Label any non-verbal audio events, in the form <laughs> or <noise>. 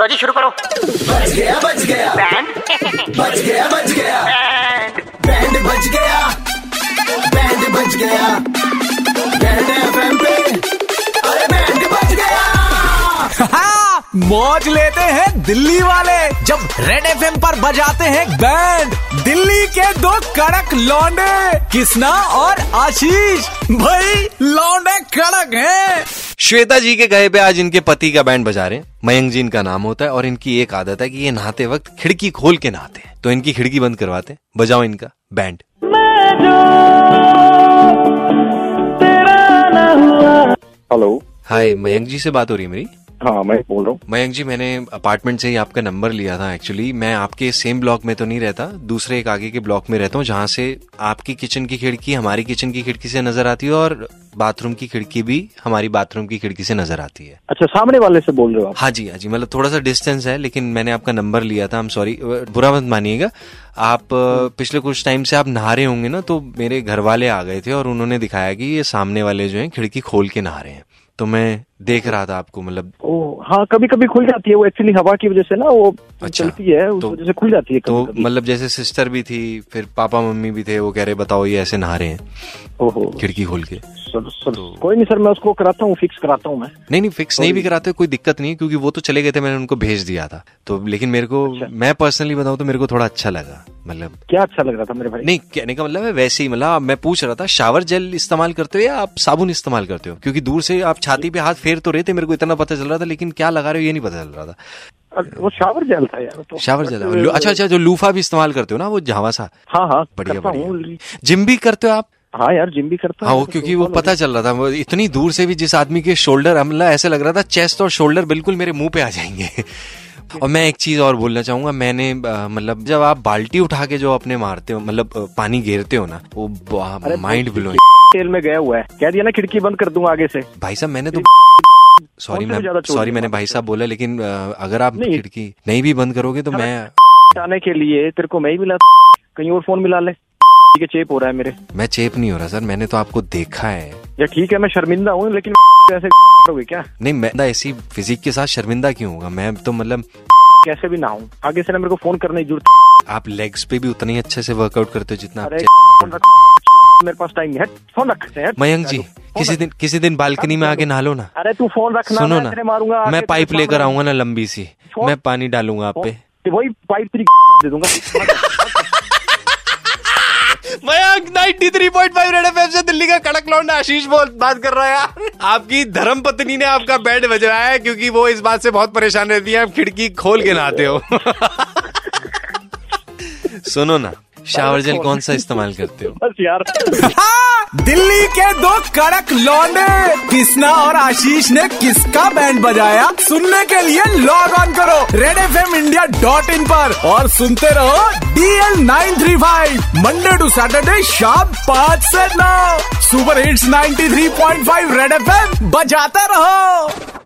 लो जी तो शुरू करो बच गया बच गया बैंड <laughs> बच गया बच गया बैंड बैंड बच गया बैंड बच गया बैंड एफएम पे अरे बैंड बच गया हाँ, मौज लेते हैं दिल्ली वाले जब रेड एफ पर बजाते हैं बैंड दिल्ली के दो कड़क लौंडे किसना और आशीष भाई लौंडे कड़क हैं श्वेता जी के गए पे आज इनके पति का बैंड बजा रहे हैं मयंक जी इनका नाम होता है और इनकी एक आदत है कि ये नहाते वक्त खिड़की खोल के नहाते हैं तो इनकी खिड़की बंद करवाते हैं बजाओ इनका band hello hi Mayank ji से बात हो रही है मेरी हाँ मैं बोल रहा हूँ मयंक जी मैंने अपार्टमेंट से ही आपका नंबर लिया था एक्चुअली मैं आपके सेम ब्लॉक में तो नहीं रहता दूसरे एक आगे के ब्लॉक में रहता हूँ जहाँ से आपकी किचन की खिड़की हमारी किचन की खिड़की से नजर आती है और बाथरूम की खिड़की भी हमारी बाथरूम की खिड़की से नजर आती है अच्छा सामने वाले से बोल रहे हो आप हाँ जी हाँ जी मतलब थोड़ा सा डिस्टेंस है लेकिन मैंने आपका नंबर लिया था आई एम सॉरी बुरा मत मानिएगा आप अ, पिछले कुछ टाइम से आप नहा रहे होंगे ना तो मेरे घर वाले आ गए थे और उन्होंने दिखाया कि ये सामने वाले जो हैं खिड़की खोल के नहा रहे हैं तो मैं देख रहा था आपको मतलब ओह हाँ कभी कभी खुल जाती है वो एक्चुअली हवा की वजह से ना वो चलती है उस तो- वजह से खुल जाती है तो कभी कभी मतलब जैसे सिस्टर भी थी फिर पापा मम्मी भी थे वो कह रहे बताओ ये ऐसे नहा रहे हैं ओहो खिड़की खोल के सर सर तो कोई नहीं सर मैं उसको कराता हूँ फिक्स कराता हूँ मैं नहीं नहीं फिक्स नहीं भी कराते कोई दिक्कत नहीं है क्योंकि वो तो चले गए थे मैंने उनको भेज दिया था तो लेकिन मेरे को अच्छा। मैं पर्सनली बताऊं तो मेरे को थोड़ा अच्छा लगा मतलब क्या अच्छा लग रहा था मेरे भाई नहीं कहने का मतलब है वैसे ही मतलब मैं पूछ रहा था शावर जेल इस्तेमाल करते हो या आप साबुन इस्तेमाल करते हो क्योंकि दूर से आप छाती पे हाथ फेर तो रहे थे मेरे को इतना पता चल रहा था लेकिन क्या लगा रहे हो ये नहीं पता चल रहा था अरे, वो शावर जेल था यार तो शावर जेल और लू- अच्छा अच्छा जो लूफा भी इस्तेमाल करते हो ना वो झावा सा हाँ हाँ बढ़िया करता हूँ बढ़िया जिम भी करते हो आप हाँ यार जिम भी करता हाँ हूँ तो वो क्योंकि वो पता चल रहा था वो इतनी दूर से भी जिस आदमी के शोल्डर हमला ऐसे लग रहा था चेस्ट और शोल्डर बिल्कुल मेरे मुंह पे आ <laughs> जाएंगे और मैं एक चीज और बोलना चाहूंगा मैंने अ, मतलब जब आप बाल्टी उठा के जो अपने मारते हो मतलब अ, पानी घेरते हो ना वो तो माइंड ब्लोइंग तेल में गया हुआ है कह दिया ना खिड़की बंद कर दूँ आगे से भाई साहब मैंने तो सॉरी <laughs> कौन से मैं भी ज्यादा चोट सॉरी नहीं मैंने मारता भाई साहब बोला लेकिन अ, अगर आप नहीं। खिड़की नहीं भी बंद करोगे तो मैं आने के लिए तेरे को मैं ही मिला कहीं और फोन मिला ले ठीक है चेप हो रहा है मेरे मैं चेप नहीं हो रहा सर मैंने तो आपको देखा है या ठीक है मैं शर्मिंदा हूँ लेकिन <laughs> ऐसे करोगे क्या नहीं मैं ना ऐसी फिजिक के साथ शर्मिंदा क्यों होगा मैं तो मतलब कैसे भी ना हूँ आगे से ना मेरे को फोन करने की जरूरत आप लेग्स पे भी उतने ही अच्छे से वर्कआउट करते हो जितना आप अरे चे- फोन रख मेरे पास टाइम है फोन रख हट, मयंक फोन जी रख। किसी दिन किसी दिन बालकनी में आके नहा लो ना अरे तू फोन रखना सुनो मैं ना तेरे मारूंगा आके मैं तेरे पाइप सामने। लेकर आऊंगा ना लंबी सी छोड़। मैं पानी डालूंगा आप फोन- पे ते वही पाइप तेरी <laughs> दे दूंगा मयंक 93.5 रेड एफएम से दिल्ली का कड़क लौंडा आशीष बोल बात कर रहा है यार आपकी धर्म पत्नी ने आपका बैंड बजवाया है क्योंकि वो इस बात से बहुत परेशान रहती है आप खिड़की खोल के नहाते हो <laughs> सुनो ना शावर जेल कौन सा इस्तेमाल करते हो बस यार हाँ, दिल्ली के दो कड़क लौंडे किसना और आशीष ने किसका बैंड बजाया सुनने के लिए लॉग ऑन करो red F M India dot in पर और सुनते रहो DL nine three five Monday to Saturday शाम पाँच से नौ super hits 93.5 three point five red F M बजाते रहो